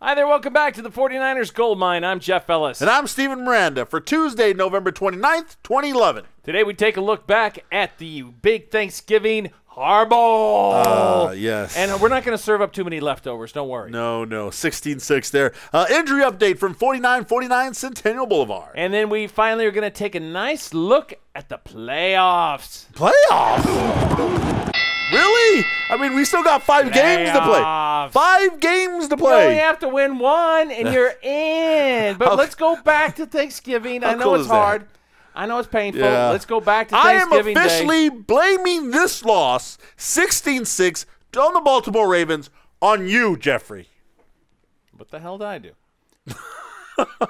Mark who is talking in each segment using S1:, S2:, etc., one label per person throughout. S1: Hi there, welcome back to the 49ers Gold Mine. I'm Jeff Ellis.
S2: And I'm Stephen Miranda for Tuesday, November 29th, 2011.
S1: Today we take a look back at the big Thanksgiving Harbaugh.
S2: Uh, yes.
S1: And we're not going to serve up too many leftovers, don't worry.
S2: No, no, 16 6 there. Uh, injury update from 4949 Centennial Boulevard.
S1: And then we finally are going to take a nice look at the playoffs.
S2: Playoffs? really? I mean, we still got five games to play.
S1: Playoffs. Oh,
S2: Five games to
S1: You only
S2: play.
S1: have to win one and you're in. But
S2: How-
S1: let's go back to Thanksgiving. I
S2: How
S1: know
S2: cool
S1: it's
S2: is that?
S1: hard. I know it's painful.
S2: Yeah.
S1: Let's go back to
S2: I am
S1: Thanksgiving Day.
S2: officially blaming this loss, 16 6, on the Baltimore Ravens, on you, Jeffrey.
S1: What the hell did I do?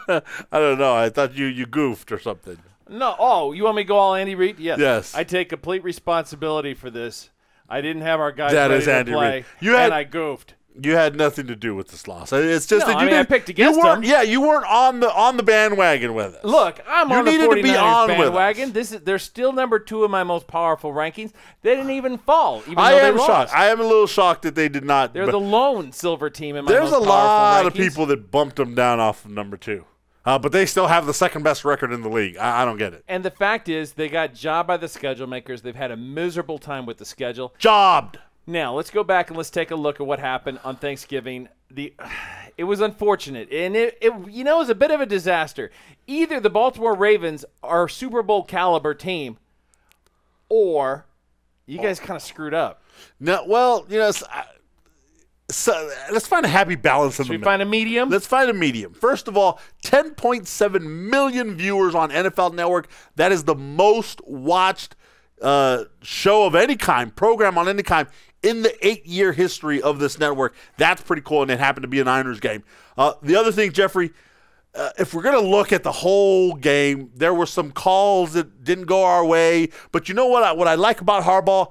S2: I don't know. I thought you, you goofed or something.
S1: No. Oh, you want me to go all Andy Reid? Yes.
S2: Yes.
S1: I take complete responsibility for this. I didn't have our guys
S2: That
S1: ready
S2: is
S1: to
S2: Andy
S1: play,
S2: Reid. You had-
S1: and I goofed.
S2: You had nothing to do with this loss. I- It's just
S1: No,
S2: that
S1: I
S2: you
S1: mean, I
S2: didn't
S1: picked against
S2: you weren't,
S1: them.
S2: Yeah, you weren't on the on the bandwagon with it.
S1: Look, I'm
S2: You
S1: on the
S2: needed to be
S1: 49ers
S2: on with
S1: bandwagon. This is they're still number two in my most powerful rankings. They didn't even fall, even
S2: I
S1: though they
S2: am shocked.
S1: lost.
S2: I am a little shocked that they did not.
S1: they're
S2: but
S1: the lone silver team in my
S2: there's
S1: most
S2: a
S1: powerful
S2: lot of
S1: rankings.
S2: people that bumped them down off of number two, uh, but they still have the second best record in the league. I, I don't get it.
S1: And the fact is, they got jobbed by the schedule makers. They've had a miserable time with the schedule.
S2: Jobbed.
S1: Now let's go back and let's take a look at what happened on Thanksgiving. The it was unfortunate, and it, it you know it was a bit of a disaster. Either the Baltimore Ravens are a Super Bowl caliber team, or you guys kind of screwed up.
S2: No, well, you know, it's, I- so, let's find a happy balance in the
S1: Should we
S2: middle.
S1: find a medium?
S2: Let's find a medium. First of all, 10.7 million viewers on NFL Network. That is the most watched uh, show of any kind, program on any kind, in the eight year history of this network. That's pretty cool, and it happened to be a Niners game. Uh, the other thing, Jeffrey, uh, if we're going to look at the whole game, there were some calls that didn't go our way. But you know what I, what I like about Harbaugh?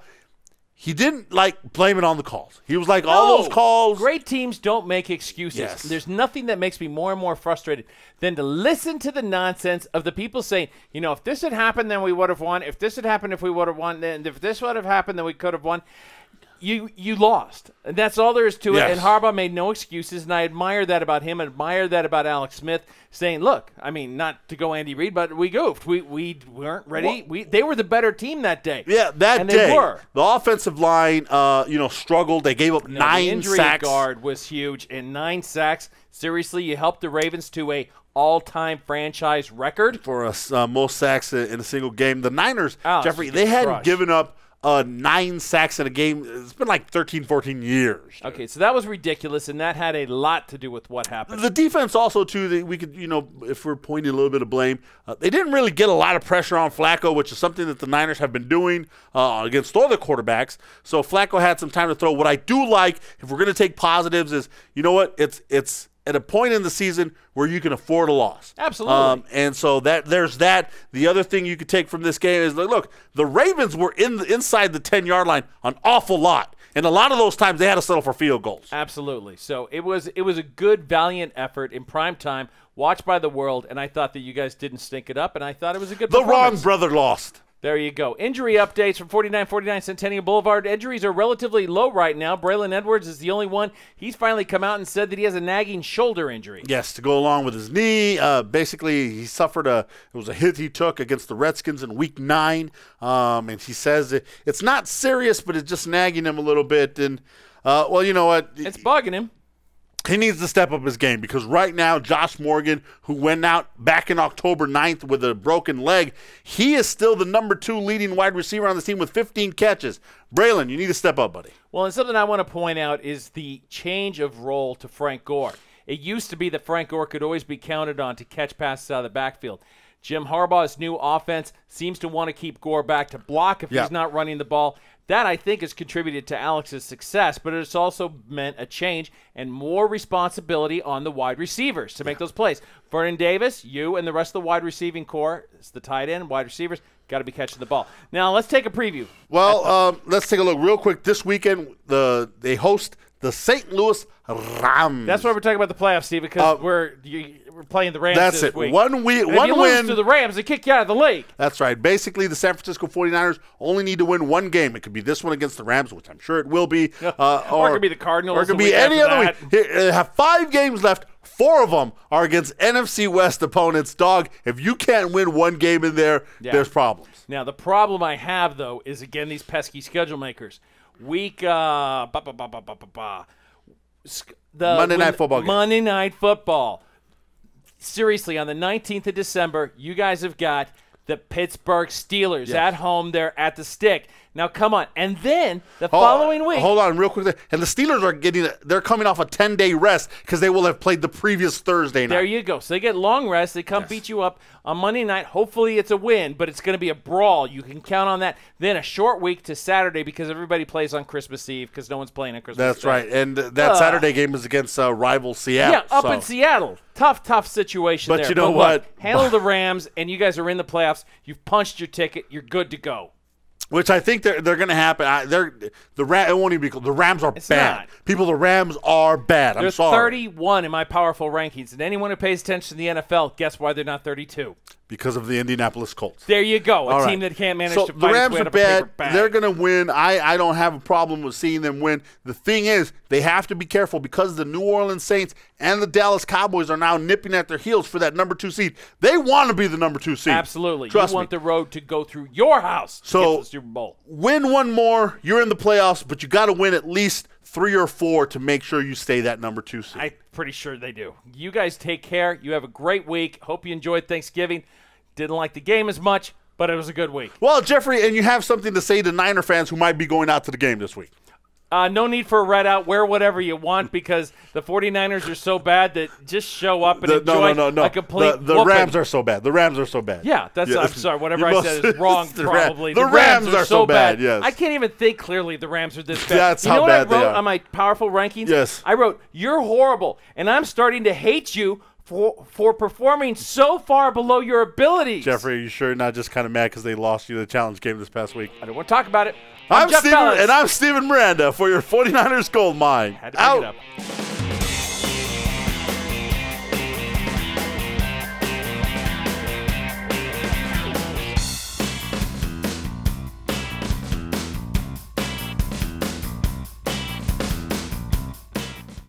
S2: He didn't like blame it on the calls. He was like, all
S1: No.
S2: those calls.
S1: Great teams don't make excuses.
S2: Yes.
S1: There's nothing that makes me more and more frustrated than to listen to the nonsense of the people saying, you know, if this had happened, then we would have won. If this had happened, if we would have won. Then if this would have happened, then we could have won. You you lost, and that's all there is to
S2: Yes.
S1: it. And Harbaugh made no excuses, and I admire that about him. Admire that about Alex Smith, saying, "Look, I mean, not to go Andy Reid, but we goofed. We we weren't ready.
S2: Well-
S1: We they were the better team that day.
S2: Yeah, that
S1: and
S2: day
S1: they were.
S2: the offensive line, uh, you know, struggled. They gave up
S1: No,
S2: nine
S1: the injury
S2: sacks.
S1: guard was huge, and nine sacks. Seriously, you helped the Ravens to a all-time franchise record.
S2: for us uh, most sacks in in a single game. The Niners,
S1: Alex
S2: Jeffrey,
S1: was
S2: they
S1: getting
S2: hadn't
S1: crushed.
S2: given up uh, nine sacks in a game. It's been like 13, 14 years. dude.
S1: Okay, so that was ridiculous, and that had a lot to do with what happened.
S2: The defense also too. They, we could, you know, if we're pointing a little bit of blame, uh, they didn't really get a lot of pressure on Flacco, which is something that the Niners have been doing uh, against all the quarterbacks. So Flacco had some time to throw. What I do like, if we're going to take positives, is you know what? It's it's at a point in the season where you can afford a loss. Um,
S1: Absolutely.
S2: and so that there's that. The other thing you could take from this game is like, look, the Ravens were in the, inside the ten yard line an awful lot, and a lot of those times they had to settle for field goals.
S1: Absolutely. So it was it was a good, valiant effort in prime time, watched by the world, and I thought that you guys didn't stink it up, and I thought it was a good.
S2: The wrong
S1: performance.
S2: brother lost.
S1: There you go. Injury updates from 4949 Centennial Boulevard. Injuries are relatively low right now. Braylon Edwards is the only one. He's finally come out and said that he has a nagging shoulder injury.
S2: Yes, to go along with his knee. Uh, basically, he suffered a it was a hit he took against the Redskins in Week Nine, um, and he says it, it's not serious, but it's just nagging him a little bit. And uh, well, you know what?
S1: It's bugging him.
S2: he needs to step up his game because right now Josh Morgan, who went out back in October 9th with a broken leg, he is still the number two leading wide receiver on the team with 15 catches. Braylon, you need to step up, buddy.
S1: Well, and something I want to point out is the change of role to Frank Gore. It used to be that Frank Gore could always be counted on to catch passes out of the backfield. Jim Harbaugh's new offense seems to want to keep Gore back to block if
S2: Yeah.
S1: he's not running the ball. That I think has contributed to Alex's success, but it's also meant a change and more responsibility on the wide receivers to make those plays. Vernon Davis, you and the rest of the wide receiving core, it's the tight end, wide receivers, got to be catching the ball. Now let's take a preview.
S2: Well, um, let's take a look real quick. This weekend, the they host the St. Louis Rams.
S1: That's why we're talking about the playoffs, Steve, because we're you, we're playing the Rams.
S2: Uh, That's
S1: this
S2: it.
S1: Week.
S2: One we-
S1: And if
S2: one
S1: you
S2: win-
S1: lose to the Rams, they kick you out of the league.
S2: That's right. Basically, the San Francisco 49ers only need to win one game. It could be this one against the Rams, which I'm sure it will be. Uh,
S1: Or it could be the Cardinals
S2: Or it could
S1: the
S2: be
S1: week
S2: any
S1: after
S2: other
S1: that.
S2: week. Here, They have five games left. Four of them are against NFC West opponents. Dog, if you can't win one game in there, there's problems.
S1: Now the problem I have though is again these pesky schedule makers. Week uh ba ba ba ba ba ba ba. Sc- The
S2: Monday
S1: when-
S2: Night Football game.
S1: Monday night football. Seriously, on the 19th of December, you guys have got the Pittsburgh Steelers at home. They're at the stick. Now come on, and then the
S2: Oh,
S1: following week.
S2: Hold on, real quick. there. And the Steelers are getting, they're coming off a 10 day rest because they will have played the previous Thursday night.
S1: There you go. So they get long rest. They come beat you up on Monday night. Hopefully it's a win, but it's going to be a brawl. You can count on that. Then a short week to Saturday because everybody plays on Christmas Eve because no one's playing on Christmas.
S2: That's
S1: Day.
S2: right. And uh, that
S1: Ah.
S2: Saturday game is against uh, rival Seattle.
S1: Yeah, up
S2: so-
S1: in Seattle. Tough, tough situation
S2: But
S1: there.
S2: you know
S1: look,
S2: what?
S1: handle the Rams, and you guys are in the playoffs. You've punched your ticket. You're good to go.
S2: which I think they're they're going to happen. I, they're the Ram. It won't even be. close. The Rams are bad.
S1: not.
S2: People, the Rams are bad. I'm
S1: There's
S2: sorry
S1: 31 in my powerful rankings, and anyone who pays attention to the NFL, guess why they're not 32?
S2: because of the Indianapolis Colts.
S1: There you go. A
S2: All
S1: team
S2: right.
S1: that can't manage
S2: so
S1: to
S2: the
S1: fight its
S2: Rams
S1: way out of
S2: are
S1: a paper
S2: bad.
S1: bag.
S2: They're going to win. I I don't have a problem with seeing them win. The thing is, they have to be careful because the New Orleans Saints and the Dallas Cowboys are now nipping at their heels for that number two seed. They want to be the number two seed.
S1: Absolutely.
S2: Trust
S1: you want
S2: me.
S1: the road to go through your house to get
S2: So-
S1: to the Super Bowl.
S2: win one more, you're in the playoffs, but you got to win at least three or four to make sure you stay that number two seed.
S1: I'm pretty sure they do. You guys take care. You have a great week. Hope you enjoyed Thanksgiving. Didn't like the game as much, but it was a good week.
S2: Well, Jeffrey, and you have something to say to Niner fans who might be going out to the game this week.
S1: Uh, no need for a readout. Wear whatever you want because the 49ers are so bad that just show up and
S2: The-
S1: enjoy
S2: no, no, no, no.
S1: a complete
S2: the the
S1: whooping.
S2: Rams are so bad. The Rams are so bad.
S1: Yeah, that's. I'm sorry. Whatever I said is wrong.
S2: The Ra-
S1: probably
S2: the, Rams, are, so bad. Yes.
S1: I can't even think clearly. The Rams are this bad.
S2: That's
S1: you
S2: how
S1: know
S2: bad
S1: what
S2: they
S1: I wrote
S2: are.
S1: on my powerful rankings.
S2: Yes.
S1: I wrote, "You're horrible," and I'm starting to hate you for for performing so far below your abilities.
S2: Jeffrey, are you sure you're not just kind of mad because they lost you the challenge game this past week?
S1: I don't want to talk about it.
S2: I'm
S1: Jeff
S2: Steven,
S1: Bellis.
S2: and I'm Steven Miranda for your 49ers Gold Mine.
S1: Had to bring it
S2: Out.
S1: up.